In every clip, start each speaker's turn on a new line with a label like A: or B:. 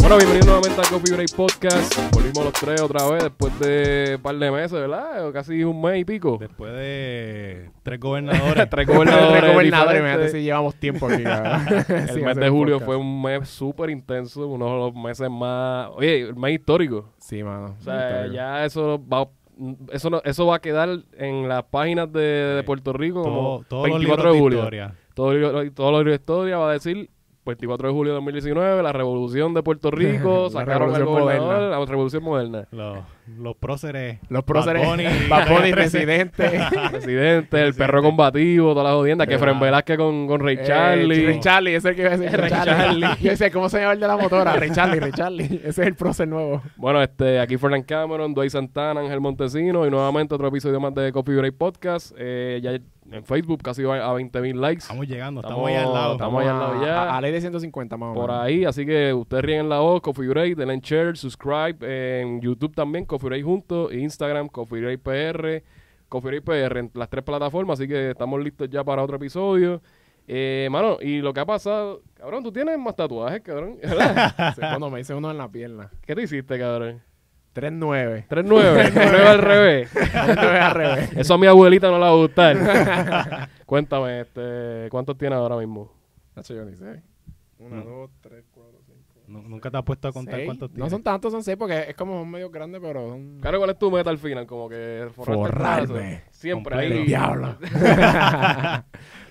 A: Bueno, bienvenidos nuevamente a Coffee Break Podcast. Volvimos los tres otra vez después de un par de meses, ¿verdad? O Casi un mes y pico.
B: Después de tres gobernadores.
A: Tres
C: Gobernadores,
A: gobernadores.
C: gobernadores,
A: diferentes.
C: imagínate si llevamos tiempo aquí.
A: El mes de julio fue un mes súper intenso, uno de los meses más. Oye, el mes histórico.
C: Sí, mano.
A: O sea, ya eso va. Eso, no- eso va a quedar en las páginas de, de Puerto Rico como
B: Todo- todos los
A: 24
B: libros
A: de
B: de
A: julio.
B: historia.
A: Todo el libro- Todos los libros de historia va a decir 24 de julio de 2019, la revolución de Puerto Rico,
C: La
A: sacaron al
C: revolución
A: gobernador,
C: moderna.
A: la revolución moderna.
B: Los, los próceres.
C: Los próceres.
B: Bad Bunny.
C: Bad Bunny, presidente.
A: Presidente, el perro combativo, toda la jodienda, que
C: ¿Verdad?
A: Fren Velázquez con, con Ray
C: Eh,
A: Charlie.
C: Ray Charlie, ese es el que iba a decir.
A: Ray
C: Ray
A: Charlie.
C: Charlie. Yo decía, ¿cómo se llama el de la motora? Ray Charlie, Ray Charlie. Ese es el prócer nuevo.
A: Bueno, este, aquí Fernán Cameron, Dwight Santana, Ángel Montesino y nuevamente otro episodio más de Coffee Break Podcast. Eh, ya en Facebook casi va a 20.000 likes
B: Estamos llegando,
A: Estamos-
B: estamos, ahí al lado.
A: estamos- ahí al lado
C: a,
A: ya.
C: a- a ley de 150, más o
A: por
C: menos.
A: ahí, así que ustedes ríen la voz, Coffee Break, denle en share, subscribe, eh, en YouTube también, Coffee Break juntos, Instagram, Coffee Break PR, Coffee Break PR en las tres plataformas, así que estamos listos ya para otro episodio. Eh, mano, y lo que ha pasado, cabrón, tú tienes más tatuajes, cabrón, ¿verdad?
C: Sí, Cuando me hice uno en la pierna.
A: ¿Qué te hiciste, cabrón?
C: 3-9.
A: 3-9, 9 al revés.
C: 3-9 al revés.
A: Eso a mi abuelita no le va a gustar. Cuéntame, este, ¿cuántos tiene ahora mismo?
C: Nacho, yo ni sé. 1, 2, 3, 4, 5.
B: Nu- Nunca te has puesto a contar cuántos
C: No
B: tienes.
C: son tantos, son 6 porque es como un medio grande, pero son.
A: Claro, ¿cuál es tu meta al final? Como que forrarte el brazo.
C: Forrarme.
A: Siempre
B: Completo.
A: ahí.
B: El
C: diablo.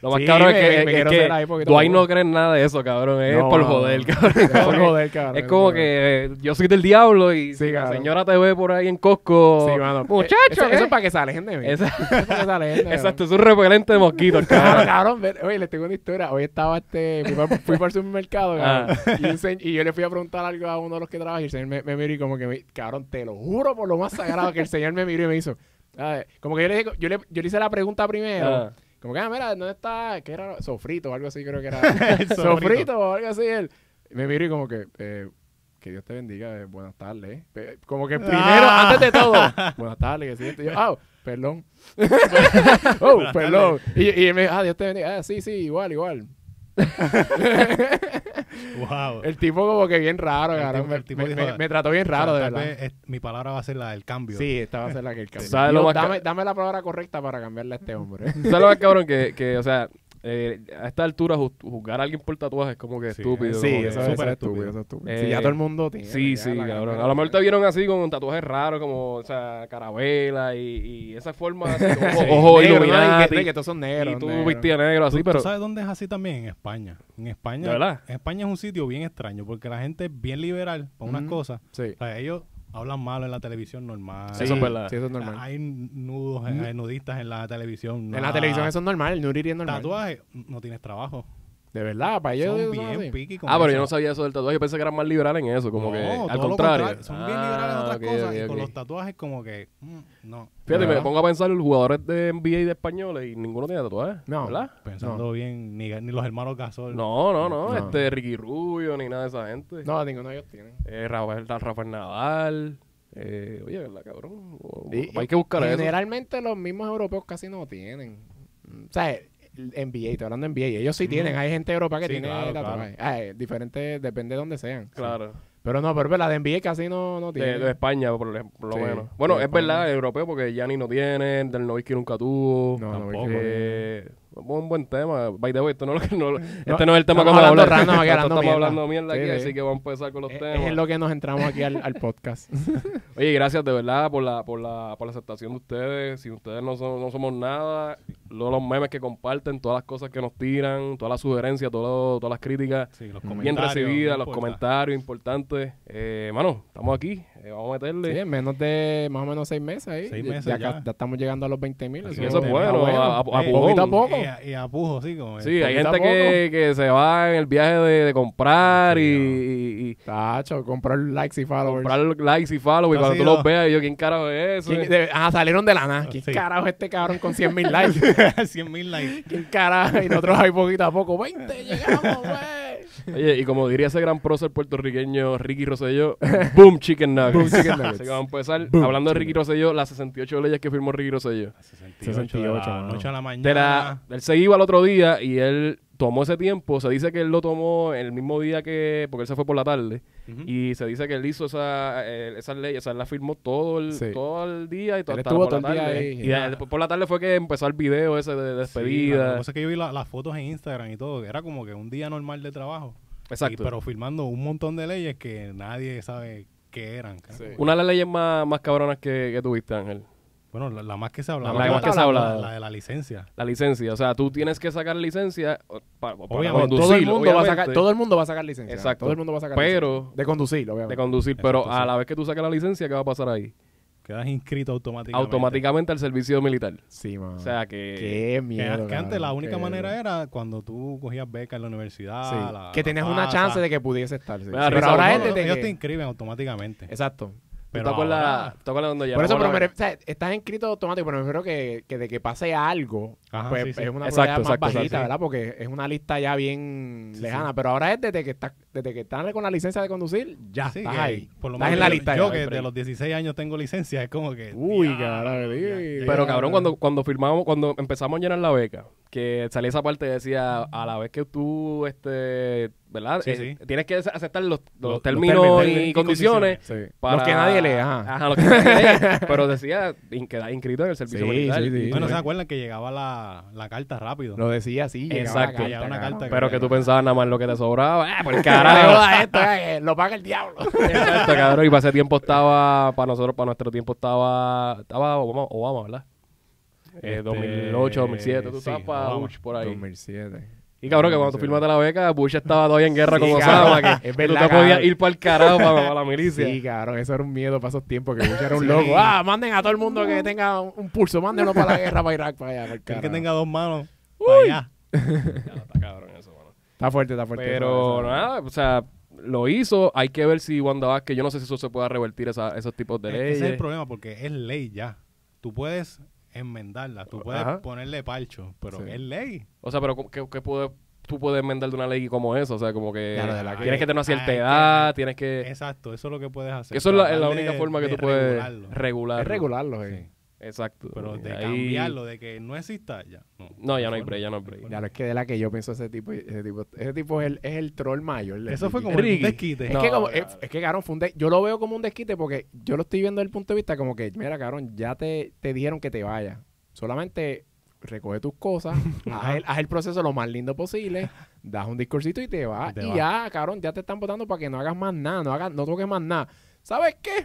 A: Lo más
C: Sí,
A: cabrón
C: me-
A: es que,
C: me
A: es
C: quiero
A: que
C: hacer ahí poquito a
A: Dwight
C: poco.
A: no cree en nada de eso, cabrón. Es
C: No,
A: por
C: no,
A: joder,
C: no.
A: cabrón.
C: Es por joder, cabrón.
A: Es como que eh, yo soy del diablo y
C: Sí,
A: si la
C: cabrón.
A: señora te ve por ahí en Costco.
C: Sí, mano.
A: Muchacho,
C: Eh, Eso,
A: ¿qué?
C: eso es para que se alejen de mí.
A: Esa-
C: Eso es para que se alejen de mí.
A: Exacto, es un repelente de mosquitos,
C: Cabrón,
A: cabrón.
C: cabrón, ve- oye, les tengo una historia. Hoy estaba este, fui para, fui para el supermercado,
A: Ah.
C: cabrón, y, un señ- y yo le fui a preguntar algo a uno de los que trabaja y el señor me, me miró y como que, me, cabrón, te lo juro por lo más sagrado que el señor me miró y me hizo. "Ah, eh", Como que yo le, dije- yo le, yo le hice la pregunta primero.
A: Ah.
C: Como que, ah, mira, ¿dónde está? ¿Qué era? Sofrito o algo así, creo que era.
B: El sofrito.
C: Sofrito o algo así. Él. Me miró y como que, eh, que Dios te bendiga, eh, buenas tardes. Pe- Como que primero,
B: Ah.
C: antes de todo, buenas tardes, que siento yo, ah, perdón. oh,
B: Buenas
C: perdón. Y, y él me dijo, ah, Dios te bendiga. Ah, sí, sí, igual, igual.
B: Wow.
C: El tipo como que bien raro,
B: El
C: cabrón.
B: tipo-
C: Me,
B: el tipo
C: me-
B: dijo,
C: me- me trató bien raro, de
B: Tal
C: verdad.
B: vez, es- mi palabra va a ser la del cambio.
C: Sí, esta va a ser la que el cambio.
A: ¿Sabes lo
C: Dios,
A: más ca-
C: dame, dame la palabra correcta para cambiarle a este hombre.
A: ¿Sabes lo más cabrón? Que, que o sea, eh, a esta altura ju- juzgar a alguien por tatuaje es como que
B: Sí,
A: estúpido.
C: Sí,
A: como que-
C: eso, es- eso
B: súper
C: es estúpido,
B: estúpido.
C: eso es estúpido.
A: Eh,
C: sí, ya todo el mundo tiene.
A: Sí,
C: ya
A: sí,
C: la
A: cabrón.
C: gente-
A: A lo mejor te vieron así con tatuajes raros como, o sea, carabela y, y esa forma, así,
B: Sí.
A: ojo, ojo
C: Negro, ¿no? Y que-
A: iluminati,
C: de que todos son negros.
A: y tú
C: negros.
A: vestía negro así,
B: ¿Tú-
A: pero
B: ¿Tú sabes dónde es así también? En España. En España.
A: ¿De verdad?
B: En España es un sitio bien extraño porque la gente es bien liberal para unas
C: Ujú.
B: cosas.
C: Sí.
B: O sea, ellos hablan malo en la televisión normal.
A: Sí, eso es verdad.
C: Sí, eso es normal.
B: Hay nudos, hay nudistas en la televisión.
C: En la
B: nada.
C: televisión eso es normal, el nudiri es normal.
B: Tatuaje, no tienes trabajo.
C: De verdad, para ellos
B: Son
C: ellos son así.
B: bien piqui con
A: Ah, pero yo
B: eso.
A: no sabía eso del tatuaje. Yo pensé que eran más liberales en eso, como
B: No,
A: que
B: todo
A: al
B: lo
A: contrario.
B: Son bien liberales en
A: Ah,
B: otras
A: ok,
B: cosas
A: ok,
B: y con
A: ok.
B: los tatuajes como que mm, no.
A: Fíjate, me
C: ¿Verdad?
A: pongo a pensar los jugadores de NBA y de españoles y ninguno tiene tatuaje.
C: No.
A: ¿Verdad?
B: Pensando bien, ni, ni los hermanos Gasol.
A: No, no, no,
C: No.
A: Este Ricky Rubio ni nada de esa gente.
C: No, ninguno de ellos tiene.
A: Eh, Rafael, Rafael Nadal. Eh, oye, ¿verdad, cabrón? O-
C: Y-
A: hay que buscar eso.
C: Generalmente los mismos europeos casi no tienen. O sea, el NBA, estoy hablando de NBA, ellos sí tienen. Hay gente europea que
B: Sí,
C: tiene
B: claro,
C: tatuajes. Ah, diferente, depende de dónde sean.
A: Claro.
C: Pero no, pero la de NBA casi no, no tiene.
A: De, de España, por, lo- por lo
C: Sí,
A: menos. Bueno,
C: de
A: es
C: España.
A: verdad, europeo, porque Gianni no tiene, Del Novisky nunca tuvo.
C: No,
B: Tampoco.
C: no, porque-
A: Eh, un buen tema. By the way, esto no, es lo que- no lo- este no
C: No,
A: es el tema
C: estamos
A: que vamos a
C: hablando
A: hablar.
C: random
A: Nosotros
C: aquí, hablando
A: estamos
C: mierda.
A: hablando mierda aquí,
C: Sí, sí.
A: así que vamos a empezar con los
C: es,
A: temas.
C: es en lo que nos entramos aquí al, al podcast.
A: Oye, gracias de verdad por la, por la, por la aceptación de ustedes. Si ustedes no, son- no somos nada, lo- los memes que comparten, todas las cosas que nos tiran, todas las sugerencias, todo lo- todas las críticas
B: Sí, los
A: bien
B: comentarios,
A: recibidas,
B: no
A: los
B: importa.
A: comentarios importantes. Eh, mano, estamos aquí, eh, vamos a meterle.
C: sí, en menos de más o menos seis meses ahí.
B: Seis
C: Ya-
B: meses
C: ya,
B: ya.
C: ya estamos llegando a los 20 mil.
B: Así
A: Y eso es
B: Bien,
A: bueno, Ah,
B: bueno.
A: a, a- a
B: Eh,
A: pujón.
C: poquito a poco.
B: Y, a- y a pujo, sí, como
A: Sí, hay
C: Poquito a
A: gente que, que se va en el viaje de, de comprar y, y- y
C: Tacho, comprar likes y followers.
A: comprar likes y follow. Y
B: Esto ha
A: cuando tú
B: sido-
A: los veas, yo, ¿quién carajo es eso? Eh,
C: ¿Quién- de- ah, salieron de la nada. ¿Quién
B: Sí.
C: carajo es este cabrón con 100 mil likes?
B: 100 mil likes.
C: ¿Quién carajo? Y nosotros ahí poquito a poco. ¡20! ¡Llegamos, güey!
A: Oye, y como diría ese gran prócer puertorriqueño Ricky Rosselló, boom chicken nuggets.
C: Boom, chicken nuggets.
A: Así que vamos a empezar hablando de Ricky Rosselló, las 68 leyes que firmó Ricky Rosselló.
B: 68,
C: 68,
B: de la
C: mano.
B: noche a la mañana.
A: De la, él se iba al otro día y él tomó ese tiempo. Se dice que él lo tomó el mismo día que. Porque él se fue por la tarde.
B: Ujú.
A: Y se dice que él hizo esa, eh, esas leyes. O sea, él las firmó todo el,
C: Sí.
A: todo el día y to-
C: Él
A: hasta
C: estuvo
A: por la
C: todo el día
A: tarde.
C: ahí.
A: Y ya después por la tarde fue que empezó el video ese de
B: la,
A: despedida.
B: la cosa es que yo vi la- las fotos en Instagram y todo, que era como que un día normal de trabajo.
A: Exacto.
B: Y- pero firmando un montón de leyes que nadie sabe qué eran. cara.
C: Sí.
A: Una de las leyes más, más cabronas que, que tuviste, Ángel.
B: Bueno, la, la más que se hablaba.
A: La más que se hablaba.
B: La, de la licencia.
A: La licencia. O sea, tú tienes que sacar licencia o- pa- para,
B: Obviamente.
A: conducir.
C: todo, el mundo va a sacar,
A: obviamente,
C: todo el mundo va a sacar licencia.
A: Exacto.
C: Todo el mundo va a sacar
A: Pero-
C: licencia. De conducir,
A: de
C: obviamente.
A: conducir. Pero
B: Exacto,
A: a
B: sí.
A: la vez que tú sacas la licencia, ¿qué va a pasar ahí?
B: Quedas inscrito automáticamente.
A: Automáticamente al servicio militar.
C: sí, mano.
A: O sea que...
C: qué
B: Que,
C: miedo.
B: que antes
C: cabrón,
B: la única
C: qué
B: manera
C: miedo.
B: era cuando tú cogías beca en la universidad.
C: Sí,
B: la-
C: que tenías
B: la
C: una
B: plaza.
C: chance de que pudiese estar. sí.
A: Me da
C: Pero
A: risa,
C: ahora
A: ¿no?
C: es desde
B: ellos
C: que-
B: te inscriben automáticamente.
C: Exacto.
A: ¿Tú
B: Pero
A: te acuerdas,
B: ahora-
A: tú te acuerdas cuando
C: Por eso,
A: llamamos
C: pero
A: la-
C: me ref- o sea, estás inscrito automático, pero me refiero que, que de que pase algo,
B: Ajá,
C: pues
B: sí, sí.
C: es una
A: Exacto,
C: probabilidad más
A: exacto,
C: bajita,
A: exacto, sí.
C: ¿verdad? Porque es una lista ya bien
B: Sí,
C: lejana. Pero ahora es desde que estás, desde que estás con la licencia de conducir, ya
B: Sí,
C: estás
B: que
C: ahí.
B: Por lo
C: estás
B: menos
C: en la
B: yo-
C: lista.
B: Yo
C: ya.
B: que
A: Pero-
B: de los 16 años tengo licencia, es como que...
C: Uy,
B: diablo,
C: cabrón.
B: ya,
C: uy,
B: ya.
A: Pero cabrón, cuando, cuando firmamos, cuando empezamos a llenar la beca, que salía esa parte que decía, a la vez que tú, este, ¿verdad?
B: Sí,
A: Eh,
B: sí.
A: Tienes que aceptar los, los
B: Los- los
A: términos,
B: términos
A: y,
B: y
A: condiciones.
B: condiciones.
C: Sí.
A: Para...
C: Los que nadie lee, ajá.
A: Ajá, los que nadie lee. pero decía, in- quedar inscrito en el servicio
C: Sí,
A: militar.
C: sí, sí.
A: Y-
B: Bueno, ¿se acuerdan que llegaba la, la carta rápido?
C: Lo decía así. llegaba
A: Exacto.
C: la
B: Llegaba una
C: cabrón.
B: carta
A: Pero que tú pensabas nada más en lo que te sobraba. ¡Ah, por el carajo!
C: Carajo, esto, eh, lo paga el diablo.
A: Exacto, cabrón. Y para ese tiempo estaba, para nosotros, para nuestro tiempo estaba, estaba Obama, Obama, ¿verdad? Eh,
B: Este,
A: 2008, 2007, tú
B: sí,
A: estabas para
B: Obama.
A: Bush por ahí.
C: 2007.
A: Y cabrón, que cuando tú firmaste la beca, Bush estaba todavía en guerra
C: Sí,
A: con
C: cabrón.
A: Osama, que
C: Es
A: que tú
C: verdad,
A: te podías
C: cabrón.
A: ir para el carajo para, para la milicia.
C: Sí, cabrón, eso era un miedo para esos tiempos que Bush era un
B: Sí.
C: loco. Ah, manden a todo el mundo que tenga un un pulso, mándenlo para la guerra, para Irak, para allá. para el
B: Que el que
C: carajo.
B: tenga dos manos, para allá.
A: Claro, está cabrón eso, mano.
C: Está fuerte, está fuerte.
A: Pero
C: Eso, eso.
A: nada, o sea, lo hizo. Hay que ver si Wanda Vázquez, yo no sé si eso se pueda revertir, esa- esos tipos de
B: Es-
A: leyes.
B: Ese es el problema, porque es ley ya. Tú puedes enmendarla, tú puedes
C: Ajá.
B: ponerle palcho, pero
C: Sí.
B: es ley.
A: O sea, pero ¿cómo- ¿qué, qué puede- tú puedes enmendar de una ley como esa? O sea, como que
C: Ya, lo de la
A: tienes que
B: que-
A: tener una cierta
B: Ay, que-
A: edad, tienes que...
B: Exacto, eso es lo que puedes hacer.
A: Eh, Eso es la, es
B: Tratar
A: la
B: de-
A: única forma que
B: de
A: tú puedes
B: regularlo.
A: regular.
C: Es regularlo, eh.
B: Sí.
A: Exacto.
B: Pero de
A: Ahí-
B: cambiarlo, de que no exista, ya. No,
A: No, ya no hay
B: forma.
A: break, ya no hay break.
C: Ya lo es que de la que yo pienso ese tipo, ese tipo, ese tipo es el, es el troll mayor. el
B: Eso fue
C: Ricky.
B: como
A: Ricky.
B: un desquite.
C: Es,
A: No,
C: que como,
A: cabrón.
C: es, es que, cabrón, fue un de- yo lo veo como un desquite porque yo lo estoy viendo desde el punto de vista como que, mira, cabrón, ya te, te dijeron que te vayas. Solamente recoge tus cosas, haz, el, haz el proceso lo más lindo posible, das un discursito y te vas.
B: Y te
C: y
B: vas.
C: ya, cabrón, ya te están votando para que no hagas más nada, no, hagas, no toques más nada. ¿Sabes qué?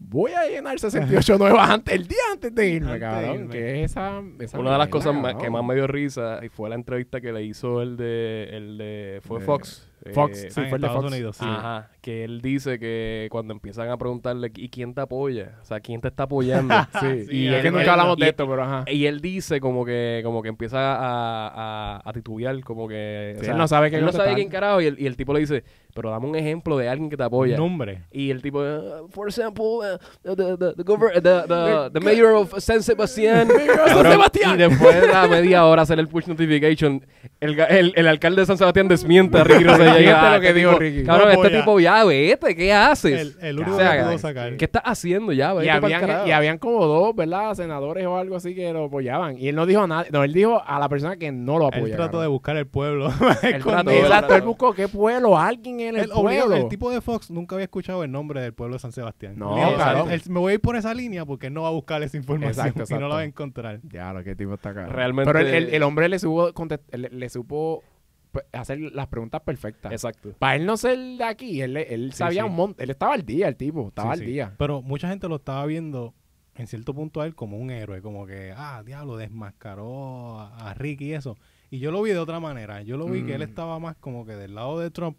C: Voy a llenar 68 nuevas antes, el día antes de irme,
B: Antes de
C: cabrón.
B: irme.
C: Que es esa, esa
A: Una de las
C: mierda,
A: cosas más-
C: cabrón.
A: que más me dio risa y fue la entrevista que le hizo el de... El de fue
C: De-
A: Fox.
C: Fox,
A: eh,
C: sí,
B: ah, en
C: fue el de
B: Estados
C: Fox.
B: Unidos, sí.
A: Ajá, que él dice que cuando empiezan a preguntarle, ¿y quién te apoya? O sea, ¿quién te está apoyando?
C: Sí,
B: Sí,
C: y es
A: él-
C: que
A: él-
C: nunca hablamos
A: y-
C: de esto, pero ajá.
A: Y él dice como que, como que empieza a, a, a titubear, como que...
C: Sí, él no sabe qué
A: él no sabe
C: contestar.
A: quién carajo. Y el, y el tipo le dice, pero dame un ejemplo de alguien que te apoya.
B: Nombre.
A: Y el tipo, "Ah, for example, eh, the, the, the, the gover- the- the- the mayor of San Sebastián.
C: San Sebastián.
A: Y después de la media hora hacer el push notification, el, ga- el, el alcalde de San Sebastián desmiente a Ricky Rosselló.
C: Fíjate
A: Ah,
C: lo
A: este
C: que dijo
A: tipo-
C: Ricky.
A: Cabrón,
B: No
A: este
B: apoya.
A: tipo, ya vete, ¿qué haces?
B: El, el único
A: O sea,
B: que pudo
C: cabrón,
B: sacar.
A: ¿Qué estás haciendo ya?
C: Y
A: Vete pa'l
C: habían, e-
A: carajo.
C: y habían como dos, ¿verdad? Senadores o algo así que lo apoyaban. Y él no dijo a nadie. No, él dijo a la persona que no lo apoya.
B: Él trató de
C: cabrón.
B: buscar el pueblo.
A: El trato,
B: Escondido.
A: el
C: Exacto, él
A: trato.
C: buscó qué pueblo, alguien en el,
B: El, obligado-
C: pueblo.
B: el tipo de Fox nunca había escuchado el nombre del pueblo de San Sebastián.
C: No,
B: Él dijo,
A: claro.
B: él- me voy a ir por esa línea porque él no va a buscar esa información
C: Exacto,
B: y no
C: exacto.
B: la va a encontrar.
C: Ya, lo que tipo está acá.
A: Realmente-
C: Pero el, el- el hombre le, supo contest- le, le supo pues, hacer las preguntas perfectas.
A: Exacto.
C: Para él no ser de aquí, él, él
B: Sí,
C: sabía
B: sí.
C: un montón. Él estaba al día, el tipo. Estaba
B: Sí,
C: al
B: sí.
C: día.
B: Pero mucha gente lo estaba viendo en cierto punto a él como un héroe, como que, ah, diablo, desmascaró a, a Ricky y eso. Y yo lo vi de otra manera. Yo lo vi que él
C: Mm.
B: estaba más como que del lado de Trump.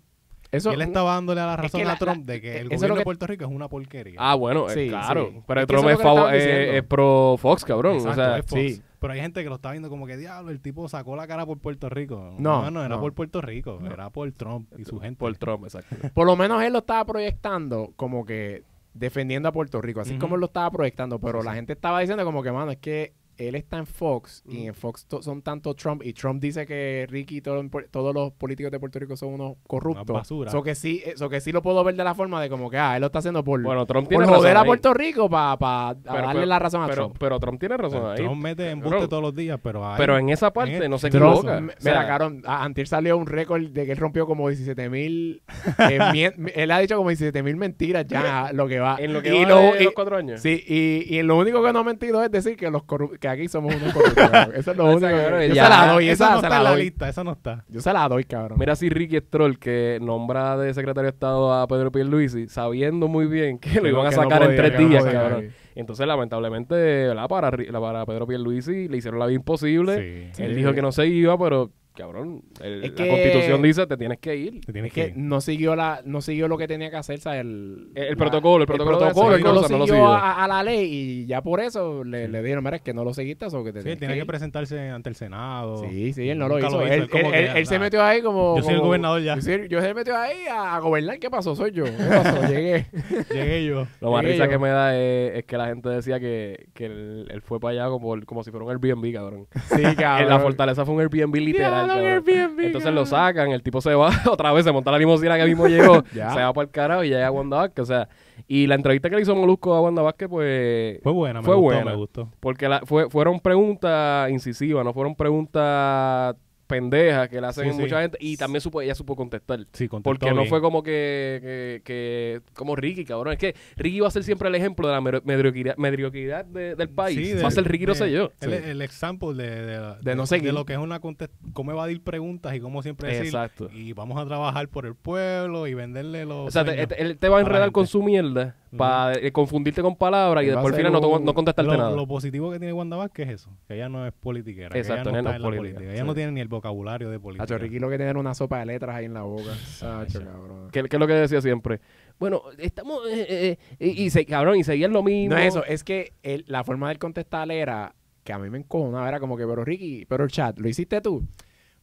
C: Eso,
B: y él estaba dándole a la razón
C: que la-
B: a Trump
C: la-
B: de que
C: eh,
B: el
C: eso es lo
B: gobierno
C: que-
B: de Puerto Rico es una porquería.
A: Ah, bueno, eh,
C: Sí,
A: claro.
C: sí.
A: Pero
C: Es que
A: Trump
C: eso
A: es,
C: es lo que
A: fav-
C: estaban
A: eh,
C: diciendo.
A: es pro Fox, cabrón.
B: Exacto,
A: o sea,
B: es Fox.
C: sí.
B: Pero hay gente que lo está viendo como que, diablo, el tipo sacó la cara por Puerto Rico.
C: No,
B: no, era
C: no.
B: por Puerto Rico, era por Trump y su gente.
A: por Trump, exacto.
C: Por lo menos él lo estaba proyectando como que defendiendo a Puerto Rico, así
B: Ujú.
C: como él lo estaba proyectando, pero la gente estaba diciendo como que, mano, es que él está en Fox y en Fox to- son tanto Trump y Trump dice que Ricky y todo- todos los políticos de Puerto Rico son unos corruptos.
B: Unas basuras.
C: So que sí, eh, so que sí lo puedo ver de la forma de como que ah, él lo está haciendo por,
A: Bueno, Trump
C: por
A: tiene
C: joder
A: razón.
C: a
A: ahí.
C: Puerto Rico para darle
A: pero-
C: la razón a
A: pero,
C: Trump.
A: pero Trump tiene razón ahí.
B: Trump mete embuste
A: Bro.
B: todos los días, pero ahí-
A: pero en esa parte
B: en-
A: no se
B: Trump-
A: equivoca.
B: m-
A: O
C: Me-
A: sea,
C: Mira, cabrón, a- antier salió un récord de que él rompió como 17 mil. él ha dicho como 17 mil mentiras ya, lo que va.
A: en lo que
C: y
A: va
C: lo-
A: de
C: y-
A: los cuatro años.
C: Sí, y, y lo único que no ha mentido es decir que los corrup- que aquí somos unos corruptos. cabrón. Eso es lo
A: Esa,
C: único.
A: cabrón,
C: Que... Yo
A: ya.
C: se la doy,
B: esa,
C: esa,
B: no
C: se
B: está
C: la
B: en la
C: doy.
B: lista, esa no está.
C: Yo se la doy, cabrón.
A: Mira si Ricky Stroll, que nombra de secretario de Estado a Pedro Pierluisi, sabiendo muy bien que lo
C: Que
A: iban a
C: no- que no
A: sacar en
C: podía,
A: tres
C: que no
A: días,
C: podía.
A: cabrón. Entonces, lamentablemente, ¿verdad? Para, Ri- para Pedro Pierluisi le hicieron la vida imposible.
B: Sí.
A: Él dijo que no se iba, pero, cabrón, el-
C: Es
A: la
C: que-
A: Constitución dice te tienes que ir.
B: Te
C: es
B: tienes
C: que
B: que...
C: no siguió la no siguió lo que tenía que hacer, ¿sabes? El,
A: El- el
C: la-
A: protocolo, el protocolo de
C: protocolo,
A: hacer
C: él no lo
A: cosas, no
C: siguió
A: lo siguió.
C: A, a la ley y ya por eso le, le dijeron, mira, es que no lo seguiste o que te
B: Sí,
C: tienes
B: tiene
C: que
B: que
C: ir".
B: presentarse ante el Senado.
C: Sí, sí, él no lo
B: Nunca
C: hizo.
B: lo hizo,
C: Él,
B: es como
C: él-
B: que,
C: él- él se
B: nada.
C: metió ahí como.
B: Yo soy el
C: como-
B: gobernador ya.
C: Yo, soy- yo se metió ahí a, a gobernar. ¿Qué pasó? Soy yo. ¿Qué pasó? Llegué.
B: Llegué yo.
A: Lo más
C: Llegué
A: risa
C: yo.
A: que me da es, es que la gente decía que, que él, él fue para allá como, como si fuera un Airbnb, cabrón.
C: Sí,
A: En
C: cabrón.
A: la fortaleza fue un Airbnb literal. cabrón.
C: Diablo, un Airbnb,
A: Entonces
C: cabrón.
A: lo sacan, el tipo se va otra vez, se monta la limusina que mismo llegó, se
C: Ya.
A: va para el carajo y llega a Wanda Vázquez. O sea, y la entrevista que le hizo Molusco a Wanda Vázquez, pues.
B: Fue buena, me
A: Fue
B: gustó,
A: buena.
B: me gustó.
A: Porque la, fue, fueron preguntas incisivas, no fueron preguntas pendejas que le hacen
B: Sí, sí.
A: mucha gente. Y también supo, ella supo contestar.
B: Sí, contestó
A: Porque no
B: bien.
A: fue como que, que, que- como Ricky, cabrón. Es que Ricky va a ser siempre el ejemplo de la mer- medrioquidad, medrioquidad de- del país.
B: Sí,
A: va a
B: de-
A: ser Ricky,
B: de-
A: no sé yo.
B: El,
A: Sí.
B: el example de, de, la-
C: De no
B: de-
C: seguir.
B: de lo que es una contest- cómo evadir preguntas y cómo siempre decir.
A: Exacto.
B: Y vamos a trabajar por el pueblo y venderle los.
A: O sea, te-
B: sueños.
C: este,
A: te- él te va a
B: a la
A: enredar
B: gente.
A: con su mierda para eh, confundirte con palabras y
C: Él va a
A: después al
C: ser
A: final no, to-
C: un-
A: no contestarte
B: lo,
A: nada.
B: lo positivo que tiene Wanda Vázquez es eso, que ella no es politiquera, que
A: Exacto,
B: ella
A: ella no
B: no está
A: es
B: en la
A: política,
B: política, ella
A: sí.
B: no tiene ni el vocabulario de política.
C: Hacho, Ricky lo que tener una sopa de letras ahí en la boca. Hacho, cabrón.
A: Que, que es lo que decía siempre. Bueno, estamos. eh, eh, eh, y, y se- cabrón, y seguían lo mismo.
C: No es eso, es que él- la forma del contestar era que a mí me encojonaba, era como que, pero Ricky, pero el chat, ¿lo hiciste tú?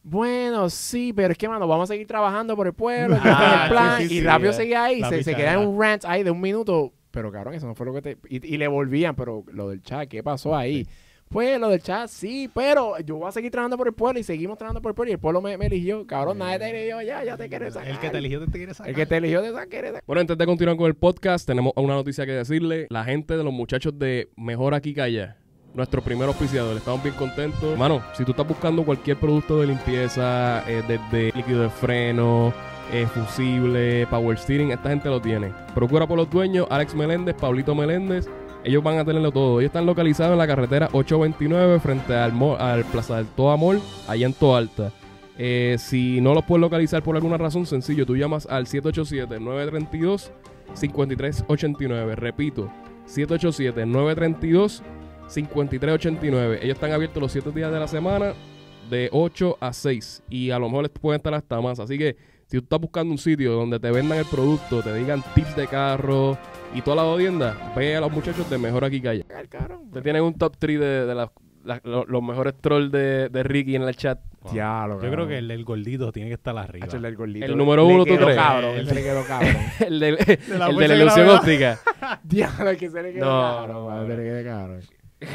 C: Bueno, sí, pero es que, mano, vamos a seguir trabajando por el pueblo, este es
B: Ah,
C: el plan,
B: sí, sí,
C: y
B: sí,
C: rápido
B: eh,
C: seguía ahí,
B: la
C: se, se queda en
B: pichadera.
C: un rant ahí de un minuto, pero cabrón, eso no fue lo que te... Y, y le volvían, pero lo del chat, ¿qué pasó ahí? Pues lo del chat, sí, pero yo voy a seguir trabajando por el pueblo y seguimos trabajando por el pueblo y el pueblo me, me eligió, cabrón, nadie te eligió, ya, ya te quieres sacar.
B: Eh, El que te eligió te quiere sacar.
C: El que te eligió te saca, quieres sacar.
A: Bueno, antes de continuar con el podcast, tenemos una noticia que decirle. La gente de los muchachos de Mejor Aquí que Allá, nuestro primer auspiciador, estamos bien contentos. Mano, si tú estás buscando cualquier producto de limpieza, eh, desde líquido de freno, eh, fusible, power steering, esta gente lo tiene. Procura por los dueños, Alex Meléndez, Pablito Meléndez. Ellos van a tenerlo todo. Ellos están localizados en la carretera 829 frente al, mall- al Plaza del Todo Amor, allá en Toalta. Eh, si no los puedes localizar por alguna razón, sencillo, tú llamas al 787-932-5389. Repito, 787-932-5389. Ellos están abiertos los 7 días de la semana, de 8 a 6. Y a lo mejor les pueden estar hasta más. Así que si tú estás buscando un sitio donde te vendan el producto, te digan tips de carro y toda la odienda, ve a los muchachos de Mejor Aquí Calle.
C: cabrón.
A: Ustedes tienen un top 3 de, de las- las- lo- los mejores trolls de, de Ricky en el chat.
C: Diablo,
B: Yo creo
C: cabrón.
B: que el, el gordito tiene que estar arriba.
C: Hacho, el del gordito.
A: El número uno,
C: le
A: ¿tú
C: quedó
A: crees?
C: cabrón,
B: El-
C: ese le quedó cabrón.
A: el de, el
B: la
A: de
B: fuerza
A: la
B: de
A: ilusión
B: gravedad.
A: óptica.
C: Diablo, que se le quedó
A: No,
C: cabrón.
A: no,
C: madre,
A: no.
C: le quedó cabrón.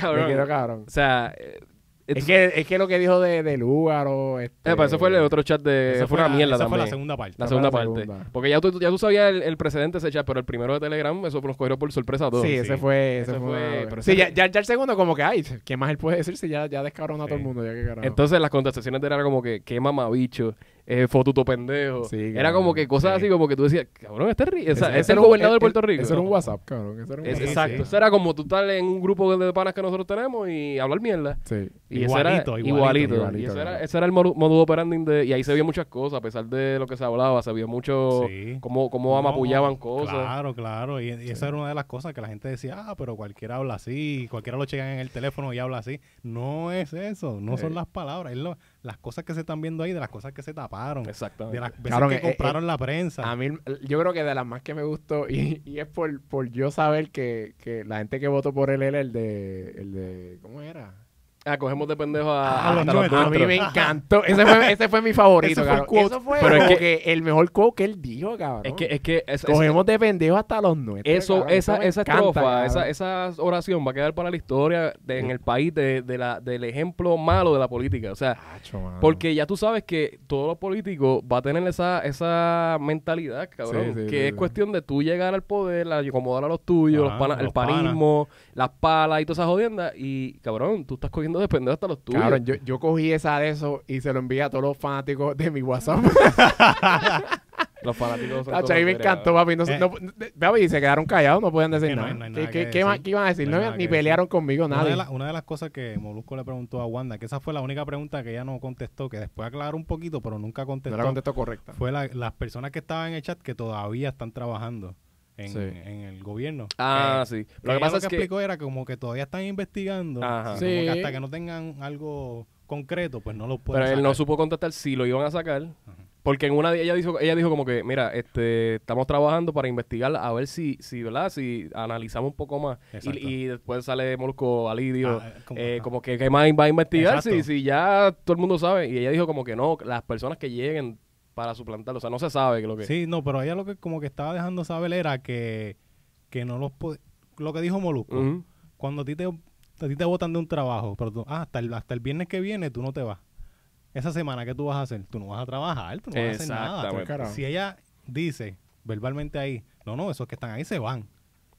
A: Cabrón.
C: Le quedó cabrón.
A: O sea, eh,
C: Es
A: esto-
C: que, es que lo que dijo de, de Lúgaro. Este,
A: eh, pero ese fue el otro chat de.
B: Esa
A: Eh, Fue, una
B: la-
A: mierda
B: esa fue la
A: también.
B: segunda parte.
A: la
C: Esa fue
A: segunda
C: la
A: parte.
C: segunda.
A: Porque ya tú, ya tú sabías el, el precedente de ese chat, pero el primero de Telegram, eso nos cogió por sorpresa a todos.
C: Sí, ese fue. Ese
A: Ese
C: fue,
A: fue-
C: una-
A: pero ese-
C: sí, ya, ya, ya el segundo, como que, ay, ¿qué más él puede decir si ya, ya descabrona a todo el
B: Sí.
C: mundo? Ya que carajo.
A: Entonces las contestaciones de él eran como que, qué mamabicho, eh, fotuto pendejo.
C: Sí,
A: era
C: cabrón.
A: como que cosas
B: Sí.
A: así como que tú decías, cabrón, este es, ri- o sea,
C: Ese-
A: es el
C: ese era un-
A: gobernador de
C: eh,
A: Puerto
C: eh,
A: Rico.
C: Eso era un WhatsApp, cabrón. Eso era un
A: Es-
C: WhatsApp.
A: exacto.
B: sí.
A: Eso era como tú estar en un grupo de panas que nosotros tenemos y hablar mierda.
C: Sí.
A: Y ese era
B: Igualito,
A: igualito.
B: igualito,
C: igualito,
A: y ese era,
C: claro.
A: ese era el modu- modus operandi de, y ahí se vio muchas cosas, a pesar de lo que se hablaba, se vio mucho
B: Sí.
A: cómo, cómo
B: No,
A: amapullaban cosas.
B: Claro, claro. Y, y esa era una de las cosas que la gente decía, ah, pero cualquiera habla así, cualquiera lo checan en el teléfono y habla así. No es eso, no son las palabras, es lo- las cosas que se están viendo ahí, de las cosas que se taparon,
A: Exactamente.
B: de las veces
C: Cabrón,
B: que
C: eh,
B: compraron la prensa.
C: A mí, yo creo que de las más que me gustó, y, y es por, por yo saber que, que la gente que votó por él era el de, el de. ¿Cómo era?
A: Ah, cogemos de pendejo a,
B: A Ah, los
A: hasta los
B: nuestros.
C: A mí
A: nuestros.
C: me encantó. Ese fue, ese fue mi favorito,
B: Ese fue el
C: cabrón.
B: quote.
C: Eso fue
A: Pero es
C: como que, el mejor quote que él dijo, cabrón.
A: Es que, es que es- es-
C: Cogemos de pendejo hasta los nuestros.
A: eso,
C: cabrón.
A: esa,
C: me
A: esa
C: encanta,
A: estrofa,
C: cabrón.
A: esa, esa oración va a quedar para la historia de- en el país de, de la, del ejemplo malo de la política. O sea,
C: Acho, mano.
A: Porque ya tú sabes que todos los políticos va a tener esa, esa mentalidad, cabrón.
C: Sí, sí,
A: que
C: sí,
A: es
C: sí. Ah,
A: cuestión de tú llegar al poder, acomodar a los tuyos, los
B: Ajá,
A: pana- el
B: los panas.
A: panismo, las palas y todas esas jodiendas. Y, cabrón, tú estás cogiendo de pendejo hasta los tuyos.
C: Cabrón, yo, yo cogí esa de eso y se lo envié a todos los fanáticos de mi WhatsApp.
A: Los fanáticos son
C: Tacho, ahí me
A: todos
C: encantó, papi. No,
B: Eh.
C: no- papi, se quedaron callados, no podían decir
B: que no hay-
C: nada.
B: no hay
C: ¿Qué-
B: nada
C: qué,
B: que
C: qué ma-
B: decir.
C: qué iban a decir?
B: No
C: No,
B: hay
C: iban-
B: nada
C: ni
B: que
C: pelearon conmigo,
B: Una de,
C: nadie.
B: la- una de las cosas que Molusco le preguntó a Wanda, que esa fue la única pregunta que ella no contestó, que después aclaró un poquito, pero nunca
C: No
B: contestó,
C: la contestó correcta.
B: fue la- las personas que estaban en el chat que todavía están trabajando en,
C: Sí.
B: en el gobierno.
A: Ah,
B: Eh,
A: sí.
B: que
A: Lo
B: ella
A: que pasa es que.
B: explicó era como que todavía están investigando,
A: Ajá.
B: y como
C: Sí.
B: que hasta que no tengan algo concreto, pues no lo pueden
A: Pero él no
B: sacar.
A: supo contestar si lo iban a sacar. Porque en una de ella dijo, ella dijo como que, mira, este, estamos trabajando para investigar a ver si, si ¿verdad? Si analizamos un poco más.
B: Exacto.
A: Y, y después sale Molusco Ali y dijo,
B: Ah, como-
A: eh,
B: ah.
A: como que, ¿qué más va a investigar?
B: Exacto.
A: Si, si ya todo el mundo sabe. Y ella dijo como que no, las personas que lleguen para suplantarlo. O sea, no se sabe que lo que...
B: Sí, no, pero ella lo que como que estaba dejando saber era que, que no los po- lo que dijo Molusco,
A: Ujú.
B: cuando a ti te a ti te botan de un trabajo, pero tú, ah, hasta el, hasta el viernes que viene tú no te vas. Esa semana que tú vas a hacer, tú no vas a trabajar, tú no vas a hacer nada.
A: Exactamente.
B: Tú- Si ella dice verbalmente ahí, no, no, esos que están ahí se van.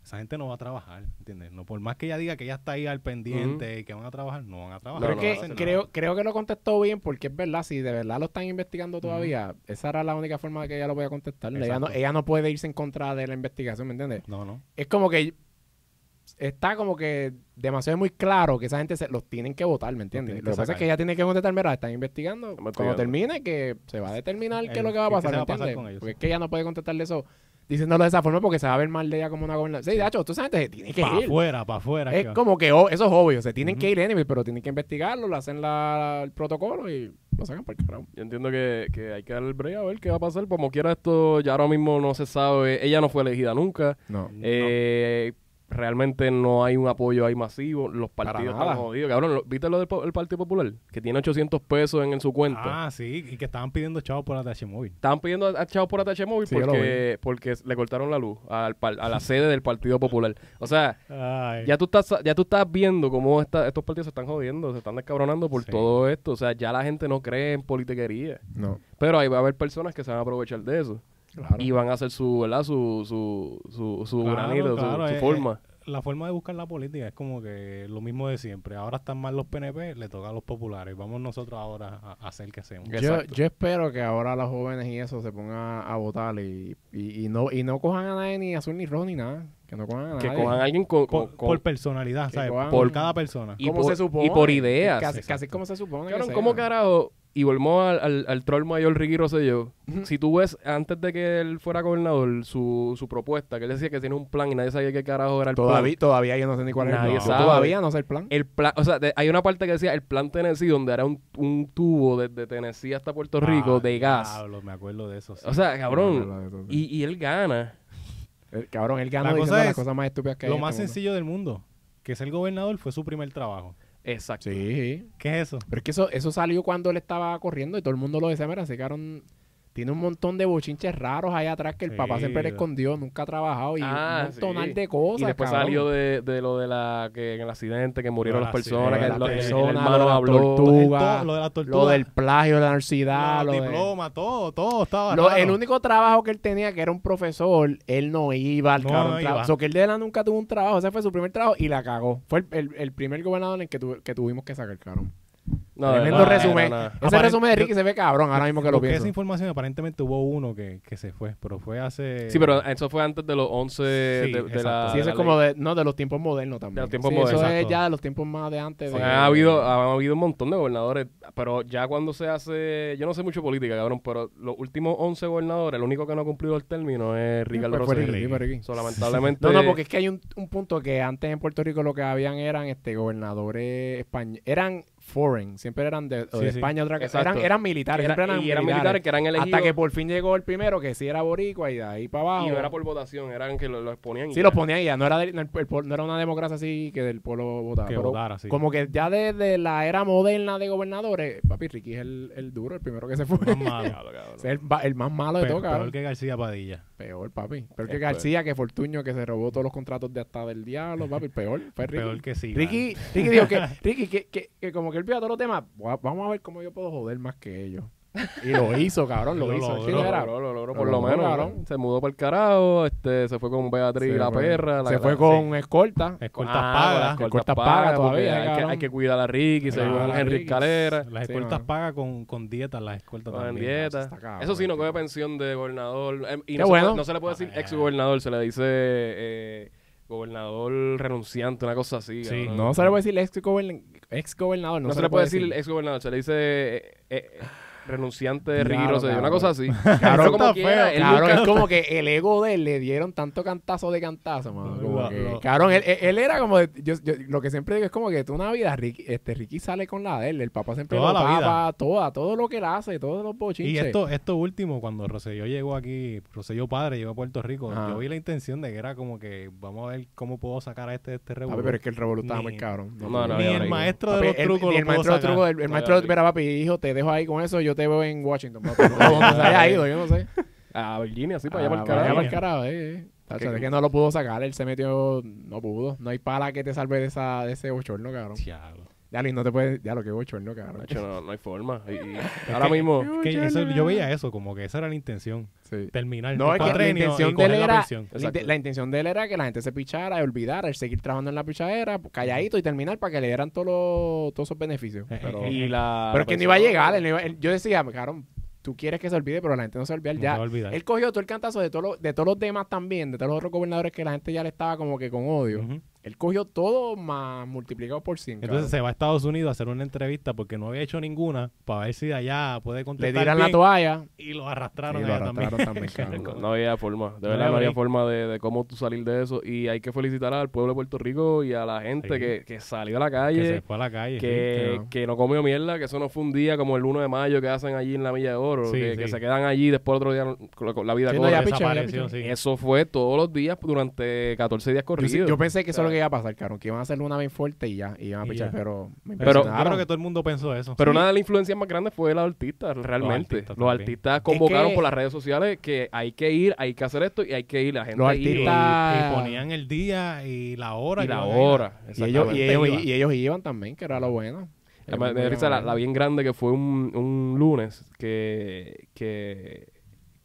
B: Esa gente no va a trabajar, ¿entiendes? No por más que ella diga que ella está ahí al pendiente y que van a trabajar, no van a trabajar.
C: Pero
A: No,
B: no
A: no,
C: es
B: van a
C: que
B: hacer nada.
C: creo, creo que lo contestó bien porque es verdad, si de verdad lo están investigando todavía, esa era la única forma de que ella lo podía contestar. Ella no,
B: Exacto.
C: ella no puede irse en contra de la investigación, ¿me entiendes?
B: No, no.
C: Es como que está como que demasiado muy claro que esa gente se, los tienen que votar, ¿me entiendes?
B: tienen que
C: Lo que pasa es
B: sacar.
C: que ella tiene que contestar, mira, están investigando,
A: Estamos
C: cuando
A: investigando.
C: termine que se va a determinar qué es
B: El-
C: lo que va a
B: qué- qué se
C: pasar,
B: va
C: ¿me
B: a pasar
C: entiendes?
B: con ellos.
C: Porque es que ella no puede contestarle eso diciéndolo de esa forma porque se va a ver mal de ella como una gobernante. Sí, de hecho, tú sabes, se tiene que
B: Para
C: ir.
B: afuera, para afuera.
C: Es
B: que va.
C: como que oh, eso es obvio, se tienen que
B: Ujú.
C: ir anyway, pero tienen que investigarlo, le hacen la, el protocolo y lo sacan por el carajo.
A: Yo entiendo que, que hay que dar el break a ver qué va a pasar. Como quiera esto, ya ahora mismo no se sabe. Ella no fue elegida nunca.
C: No.
A: Eh, Realmente no hay un apoyo ahí masivo. Los
C: Para
A: partidos
C: nada.
A: están jodidos. Cabrón, ¿lo- ¿viste lo del po- el Partido Popular? Que tiene 800 pesos en, en su cuenta.
B: Ah, sí, y que estaban pidiendo chavos por la TH Móvil.
A: Estaban pidiendo a, a chavos por ATH Móvil
C: Sí, yo lo
A: porque, porque le cortaron la luz al par- a la sede del Partido Popular. O sea,
B: Ay.
A: ya tú estás, ya tú estás viendo cómo esta- estos partidos se están jodiendo, se están descabronando por
B: Sí.
A: todo esto. O sea, ya la gente no cree en politiquería.
C: No.
A: Pero ahí va a haber personas que se van a aprovechar de eso.
C: Claro.
A: Y van a hacer su, ¿verdad? Su, su, su, su
B: Claro,
A: granito, su-
B: claro,
A: su,
B: eh,
A: forma.
B: La forma de buscar la política es como que lo mismo de siempre. Ahora están mal los PNP, le toca a los populares. Vamos nosotros ahora a a hacer que hacemos.
A: Ya.
C: Yo,
A: Exacto.
C: yo espero que ahora los jóvenes y eso se pongan a, a votar y, y, y no, y no cojan a nadie ni azul ni rojo ni nada. Que no cojan a nadie.
A: que cojan a alguien con... con-
B: Por,
A: con-
B: por personalidad,
C: que
B: ¿sabes?
C: cojan-
B: Por cada persona.
A: y por- y por ideas.
C: Casi, casi
B: Exacto.
C: como se supone.
A: Cabrón,
C: que
A: ¿cómo
C: sea.
A: carajo? Y volvemos al, al, al troll mayor Ricky Rosselló. Si tú ves, antes de que él fuera gobernador, su, su propuesta, que él decía que tiene un plan y nadie sabía qué carajo era el
C: Todavía,
A: plan.
C: todavía yo no sé ni cuál
A: Nadie
C: es el plan.
A: sabe.
C: Todavía no sé el plan.
A: El plan, o sea, de- hay una parte que decía el plan Tennessee, donde era un, un tubo desde Tennessee hasta Puerto Rico
B: Ah,
A: de gas.
B: diablo, me acuerdo de eso. sí.
A: O sea,
C: No, no,
A: cabrón.
C: no, no, no.
A: Y, y él gana.
C: El- cabrón, él
B: La
C: ganó
B: cosa
C: diciendo las
B: es,
C: cosas más estúpidas que hay
B: lo
C: en
B: más
C: este
B: sencillo del mundo, que ser gobernador fue su primer trabajo.
A: Exacto.
C: mundo. Sí.
B: ¿Qué es eso?
C: Pero es que eso, eso salió cuando él estaba corriendo y todo el mundo lo decía, mira, ese cabrón tiene un montón de bochinches raros allá atrás que el
B: Sí,
C: papá siempre le
B: ¿verdad?
C: escondió, nunca ha trabajado y
A: Ah,
C: un montonal
A: sí.
C: de cosas.
A: y después
C: cabrón.
A: salió de, de lo de la que en el accidente que murieron
B: Lo
A: las
B: del
A: personas, que
B: accidente,
A: el,
B: lo
A: el-
B: de la
A: el
B: persona,
A: hermano
C: lo de la
A: habló.
C: tortuga,
B: El to- lo de la tortuga.
C: Lo del plagio, la universidad,
B: Los
C: lo de-
B: diplomas, todo, todo estaba
C: Lo-
B: raro.
C: el único trabajo que él tenía, que era un profesor, él no iba al
B: No,
C: cabrón
B: no
C: trabajo.
B: iba.
C: O sea, que él de verdad nunca tuvo un trabajo. Ese fue su primer trabajo y la cagó. Fue el, el- el primer gobernador en el que, tuve- que tuvimos que sacar, cabrón.
A: No, de
C: Tremendo
A: verdad,
C: resumen.
A: no, no.
C: Ese
B: Aparent-
C: resumen de Ricky
B: yo-
C: se ve cabrón ahora mismo que lo
B: Busqué
C: pienso.
B: esa información, aparentemente hubo uno que, que se fue, pero fue hace...
A: Sí, pero eso fue antes de los 11 de,
B: Sí,
A: de la.
B: exacto.
C: Sí,
A: de
C: eso
A: la
C: es como
A: ley.
C: de, no, de los tiempos modernos también.
A: De los tiempos
C: Sí,
A: modernos.
C: Eso es
B: Exacto.
C: ya de los tiempos más de antes.
A: O sea,
C: de-
A: ha habido, ha habido un montón de gobernadores pero ya cuando se hace, yo no sé mucho de política, cabrón, pero los últimos 11 gobernadores, el único que no ha cumplido el término es Ricardo
C: Pero Eh, pues fue
A: Rosselló.
C: Ricky, fue Ricky.
A: So, lamentablemente.
C: No, no, porque es que hay un, un punto que antes en Puerto Rico lo que habían eran este gobernadores españoles, eran foreign, siempre eran de, o de
B: Sí, sí.
C: España, otra cosa,
A: Exacto.
C: eran, eran militares,
A: Era-
C: siempre eran,
A: y eran militares que eran elegidos.
C: Hasta que por fin llegó el primero, que sí era boricua y de ahí para abajo.
A: Y no era por votación, eran que lo, lo exponían. y
C: Sí,
A: ya.
C: los ponían y ya, no era, del- no el- el pueblo- no era una democracia así que del pueblo votaba.
B: Que
C: pero
B: votara, sí.
C: Como que ya desde la era moderna de gobernadores, papi, Ricky es el, el duro, el primero que se fue.
B: Más malo.
A: Diablo, cabrón.
C: Es el, ba- el más malo de
B: Pe-
C: todo, cabrón.
B: Pues, peor que García Padilla.
C: Peor, papi. Peor
A: Es
C: que García, que Fortuño, que se robó todos los contratos de hasta del diablo, papi. Peor, fue Ricky.
B: Peor que sí.
C: Ricky, Ricky dijo que, Ricky, que, que, que como que él vio todos los temas, "Gua- vamos a ver cómo yo puedo joder más que ellos. Y lo hizo, cabrón, lo,
B: Lo
C: hizo.
B: logró,
C: Sí,
A: Lo
C: era-
A: logró, lo logró,
C: Lo
A: por lo
C: logró,
A: menos.
C: cabrón.
A: ¿no? Se mudó para el carajo, este, se fue con Beatriz
C: se
A: la
C: fue-
A: perra. la-
C: se fue
A: la-
C: con escolta.
B: Escoltas
A: Ah,
B: pagas.
A: con las
C: Escoltas
A: escoltas
C: pagas
A: pagas, porque
C: todavía,
A: Hay que,
C: cabrón.
A: hay que cuidar a Ricky,
B: Cuidar
A: según
B: a
A: Henry
C: Ricky.
A: Escalera.
B: Las
C: Sí,
B: escoltas
C: mano.
B: pagas con, con dietas, las escoltas
A: Con
B: también.
A: dieta.
C: está cabrón,
A: Eso sí, no
C: tío.
A: coge pensión de gobernador. eh, y
C: Qué
A: no, se
C: bueno.
A: puede- no se le puede decir
B: Ah,
A: ex gobernador, se le dice eh, gobernador renunciante, una cosa así.
B: Sí.
A: cabrón.
C: Ah, No se le puede decir ex gobernador. Ex gobernador
A: No se, le puede decir ex gobernador, se le dice eh, eh, eh, renunciante
C: Claro,
A: riguroso,
C: cabrón.
A: una cosa así.
B: Cabrón,
A: Pero como
B: está
A: quiera,
B: feo.
A: él
C: Cabrón,
A: nunca-
C: es como que el ego de él le dieron tanto cantazo de cantazo, mano. Como
B: Lo-
C: que,
B: lo-
C: cabrón, él, él- él era como. de- yo, yo- lo que siempre digo es como que tú una vida, Ricky, este, Ricky sale con la de él. El papá siempre
B: Toda
C: lo
B: la vida.
C: tapa, toda, todo lo que él hace, todos los bochinches.
B: Y esto, esto último, cuando Roselló llegó aquí, Roselló padre llegó a Puerto Rico,
C: Ajá.
B: yo vi la intención de que era como que vamos a ver cómo puedo sacar a este de este
C: Papi,
B: revuelo.
C: pero es que el revolú estaba
B: Ni-
C: muy cabrón.
A: no, no,
B: Ni
A: había
B: el
A: break.
B: maestro de
C: Papi,
B: los
C: el-
B: trucos
C: ni
B: lo
C: el
B: pudo
C: maestro de
B: sacar.
C: truco, el, el
A: No
C: maestro,
A: había break.
C: mira, papi, hijo, te dejo ahí con eso, yo te veo en Washington, papi. No, no se haya ido, yo no sé.
A: A Virginia, sí, para allá
C: Ah,
A: para el
C: para allá
A: carajo.
C: para el carajo, eh, eh. Tacho, es que no lo pudo sacar, él se metió, no pudo. No hay pala que te salve de, esa, de ese bochorno, cabrón.
B: Diablo.
C: Ya, Luis, no te puedes. Ya lo que bochorno, cabrón.
A: Nacho, no, no hay forma. Y- y ahora mismo.
B: Que eso- yo veía eso, como que esa era la intención.
C: Sí.
B: Terminar
C: No,
B: el
C: es que la
B: cuatrenio y
C: intención de
B: coger
C: él
B: la
C: era.
B: pensión.
C: la
A: Exacto.
C: inte- La intención de él era que la gente se pichara, olvidara, el seguir trabajando en la pichadera, calladito y terminar para que le dieran todos los- todos esos beneficios.
B: Eh, eh,
C: Pero,
B: eh,
A: Y la,
C: pero es que no iba a llegar. él no iba- él- yo decía, cabrón, tú quieres que se olvide, pero la gente no se olvida
B: No se
C: ya.
B: va a olvidar.
C: Él cogió todo el cantazo de todos los, de todos los demás también, de todos los otros gobernadores que la gente ya le estaba como que con odio.
B: Ujú.
C: Él cogió todo más multiplicado por 100.
B: Entonces se va a Estados Unidos a hacer una entrevista porque no había hecho ninguna para ver si de allá puede
C: le
B: contestar
C: tiran la
B: bien,
C: toalla.
B: y lo arrastraron
C: Y lo
B: allá
C: arrastraron también, cabrón.
A: No, no había forma, de
B: No
A: verdad
B: había
A: no había
B: break.
A: forma de, de cómo tú salir de eso. Y hay que felicitar al pueblo de Puerto Rico y a la gente
B: Sí.
A: que, que salió a la
B: que se
A: calle,
B: fue a la calle.
A: que,
B: sí,
A: que no comió mierda, que eso no fue un día como el 1 de mayo que hacen allí en la Milla de Oro,
B: Sí,
A: que,
B: sí.
A: que se quedan allí después otro día la- la vida
C: Sí, no,
A: corre.
C: ya
B: que
C: pichó, ya
B: desapareció,
C: pichó.
B: sí.
A: Eso fue todos los días durante 14 días
C: Yo, sí-
A: corridos.
C: yo pensé que eso es
A: O sea,
C: lo que iba a pasar, cabrón, que iban a hacerlo una vez fuerte y ya, y iban a
B: Y
C: pichar,
B: ya.
C: pero me
A: Pero-
B: yo
C: impresionaron.
B: creo que todo el mundo pensó eso.
A: Pero una de las influencias más grandes fue la artista, realmente. Los
B: artistas
A: artistas,
B: también.
A: convocaron
C: Es que-
A: por las redes sociales que hay que ir, hay que hacer esto y hay que ir. La gente
C: Los
B: Y,
A: iba.
C: artistas-
B: y ponían el día y la hora.
A: y la
B: iban a ir.
A: hora.
C: y, ellos, y,
A: exactamente.
C: ellos,
B: iba.
C: y ellos iban también, que era lo bueno.
A: La, me- me da risa la, la bien grande que fue un, un lunes que, que,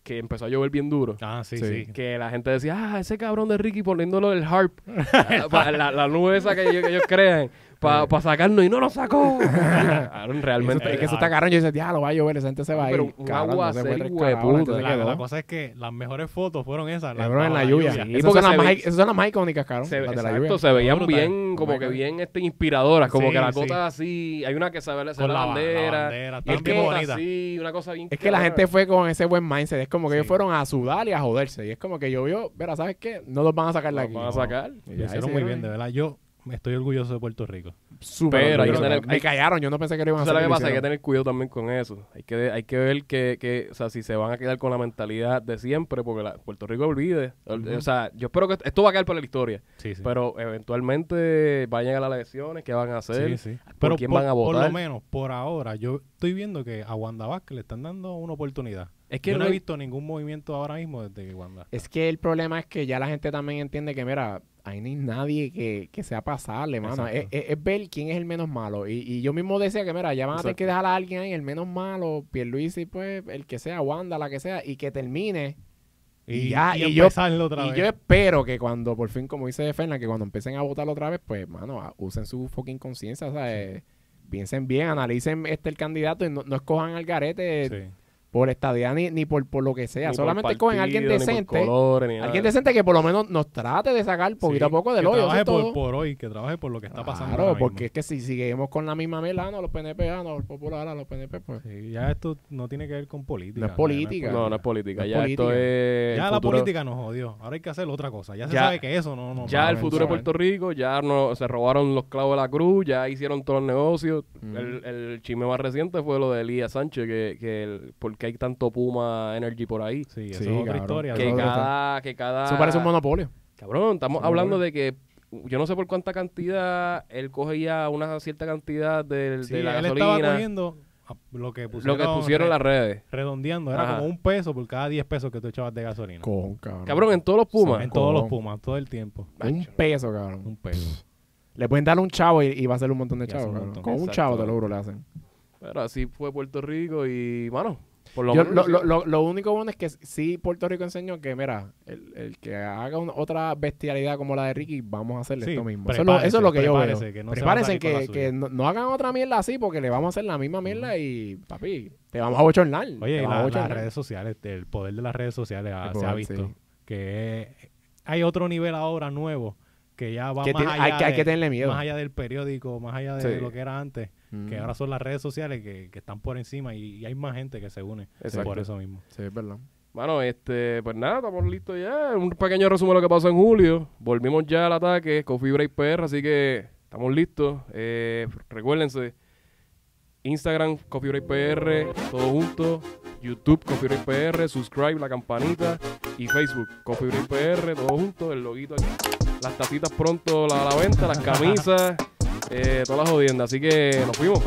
A: que empezó a llover bien duro.
B: Ah, sí,
C: Sí.
B: sí.
A: Que la gente decía, ah, ese cabrón de Ricky poniéndolo el harp, Ah, pa- la, la nube esa que ellos, que ellos crean, para sacarnos y no lo sacó. Cabrón,
C: Realmente,
A: Realmente.
C: es que eso está cabrón. Yo decía, ya lo va a llover, esa gente se va a ir.
A: Pero un
C: Cabrón, no se
A: aguacero,
C: puede
A: hijo de
C: rescabar, la gente
A: puta.
C: se
B: La,
C: quedó.
B: la cosa es que las mejores fotos fueron esas. las-
C: Cabrón, en la
B: para
C: lluvia.
A: lluvia.
C: Esas,
A: porque
C: son las
A: se
C: más,
A: ve-
C: esas son las más icónicas, cabrón.
A: se,
C: las de la
A: exacto,
C: lluvia.
A: se veían
B: Brutal.
A: bien, como
C: my
A: que
C: God.
A: bien este, inspiradoras, como
B: Sí,
A: que la
B: sí.
A: gota así. Hay una que se ve se ve
B: Con
A: la,
B: la ba- la
A: bandera.
B: bandera,
A: y el
B: están
A: que
B: bien
A: bota
B: bonitas.
A: así, una cosa bien
C: Es que la
A: cabrona.
C: gente fue con ese buen mindset. Es como que
B: Sí.
C: ellos fueron a sudar y a joderse. Y es como que llovió, pero ¿sabes qué? No los van a sacar de
A: Los
C: aquí.
A: van a sacar.
C: Y
B: Lo
C: ahí
B: hicieron
C: se
B: muy
C: dieron
B: bien, de
C: ahí.
B: verdad. Yo estoy orgulloso de Puerto Rico.
C: Súper
A: Pero hay que
C: orgulloso,
A: tener-
C: cabrón. Me
A: hay-
C: callaron, yo no pensé que lo iban a
A: Eso
C: hacer.
A: es lo que
C: pero
A: pasa, hay que
C: hicieron.
A: tener cuidado también con eso. Hay que, hay que ver que, que, o sea, si se van a quedar con la mentalidad de siempre, porque la- Puerto Rico olvide. O- O sea, yo espero que esto- esto va a quedar para la historia,
B: Sí, sí.
A: pero eventualmente van a llegar las elecciones, ¿qué van a hacer?
B: Sí, sí.
A: ¿Por
B: Pero
A: quién
B: por-
A: van a
B: Por
A: votar?
B: lo menos, por ahora, yo estoy viendo que a Wanda Vázquez le están dando una oportunidad.
A: Es que
B: yo no,
A: no
B: he
A: hay-
B: visto ningún movimiento ahora mismo desde que Wanda.
C: Es que el problema es que ya la gente también entiende que, mira, ahí no hay nadie que, que sea pasable, mano. Es,
B: Exacto.
C: es- es ver quién es el menos malo. Y, y yo mismo decía que, mira, ya van a tener
A: Exacto.
C: que dejar a alguien ahí, el menos malo, Pierluisi, pues, el que sea, Wanda, la que sea, y que termine. Y ya, y yo-
B: empezarlo otra
C: y
B: vez.
C: yo espero que cuando, por fin, como dice Fernández, que cuando empiecen a votar otra vez, pues, mano, a- usen su fucking conciencia, o sea, eh, piensen bien, analicen este el candidato y no, no escojan al garete
B: Sí.
C: por estadía ni, ni por, por lo que sea.
A: Ni por
C: Solamente cogen a alguien
A: partido, ni por
C: decente.
A: colores, ni nada.
C: Alguien decente que por lo menos nos trate de sacar poquito a poco del
B: que
C: hoyo. eso
B: trabaje
C: es
B: por,
C: todo.
B: por hoy, que trabaje por lo que está pasando.
C: Claro,
B: ahora mismo.
C: porque es que si seguimos con la misma melana, los PNP, a ah, los populares, a los PNP, pues.
B: Sí, ya esto no tiene que ver con política.
C: No es política.
A: No, no es política.
C: No es
A: ya esto
C: política.
A: es.
B: Ya
A: el
B: la
A: futuro-
B: política nos jodió. Ahora hay que hacer otra cosa. Ya, se
A: Ya-
B: sabe que eso no. no
A: Ya
B: va a
A: el futuro de
B: avanzar.
A: Puerto Rico, ya no, se robaron los clavos de la cruz, ya hicieron todos los negocios.
C: Ujú.
A: El, el chisme más reciente fue lo de Elías Sánchez, que, que el- porque hay tanto Puma Energy por ahí.
B: Sí, eso es
C: Sí,
B: otra
C: cabrón.
B: historia.
A: Que
C: Eso
B: ¿no?
C: es otra
A: cada, que
B: Ah.
A: cada.
C: Eso parece un monopolio.
A: Cabrón, estamos
C: Eso
A: hablando
C: monopolio.
A: de que yo no sé por cuánta cantidad él cogía una cierta cantidad del- de,
B: Sí,
A: la
B: él estaba
A: gasolina,
B: cogiendo ah, lo que
A: lo
B: pusieron,
A: que pusieron las redes.
B: redondeando. Era
A: Ajá.
B: como un peso por cada 10 pesos que tú echabas de gasolina.
C: Cojón, cabrón.
A: Cabrón, en todos los Pumas.
B: en todos los
C: Cojón.
B: Pumas, todo el tiempo.
C: Un peso, cabrón.
B: Un peso.
C: Le pueden dar un chavo y, y va a ser un montón de
B: Y hace
C: chavos.
B: un
C: cabrón.
B: montón.
C: Con un
A: Exacto.
C: chavo, te lo juro, le hacen.
A: Pero así fue Puerto Rico y, mano, por lo
C: Yo-
A: menos...
C: lo, lo- lo- lo único bueno es que sí Puerto Rico enseñó que, mira, el, el que haga una- otra bestialidad como la de Ricky, vamos a hacerle
B: Sí,
C: esto mismo. Eso es, lo, eso es lo que yo
B: prepárese,
C: veo.
B: que no se va a
C: prepárense
B: salir con la
C: que,
B: suya.
C: que no, no hagan otra mierda así porque le vamos a hacer la misma mierda y, papi, te vamos a bochornar.
B: Oye,
C: te
B: y la-
C: vamos a
B: las
C: bochornar.
B: redes sociales, el poder de las redes sociales ah,
C: El
B: se ha
C: poder,
B: visto.
C: sí.
B: Que hay otro nivel ahora nuevo que ya va
C: Que
B: más,
C: tiene-
B: allá
C: hay, que, hay
B: de-
C: que tenerle miedo.
B: más allá del periódico, más allá de
A: Sí.
B: lo que era antes.
C: Mm.
B: Que ahora son las redes sociales que, que están por encima y, y hay más gente que se une
A: Exacto.
B: por eso mismo.
C: Sí, es verdad.
A: Bueno, este, pues nada, estamos listos ya. Un pequeño resumen de lo que pasó en julio. Volvimos ya al ataque con Fibra y PR, así que estamos listos. Eh, recuérdense, Instagram, Coffee Break PR, todo junto. YouTube, Coffee Break PR, subscribe, la campanita. Y Facebook, Coffee Break PR, todo junto. El loguito aquí. Las tacitas pronto a la, a la venta, las camisas, eh, todas las jodiendas. Así que nos fuimos.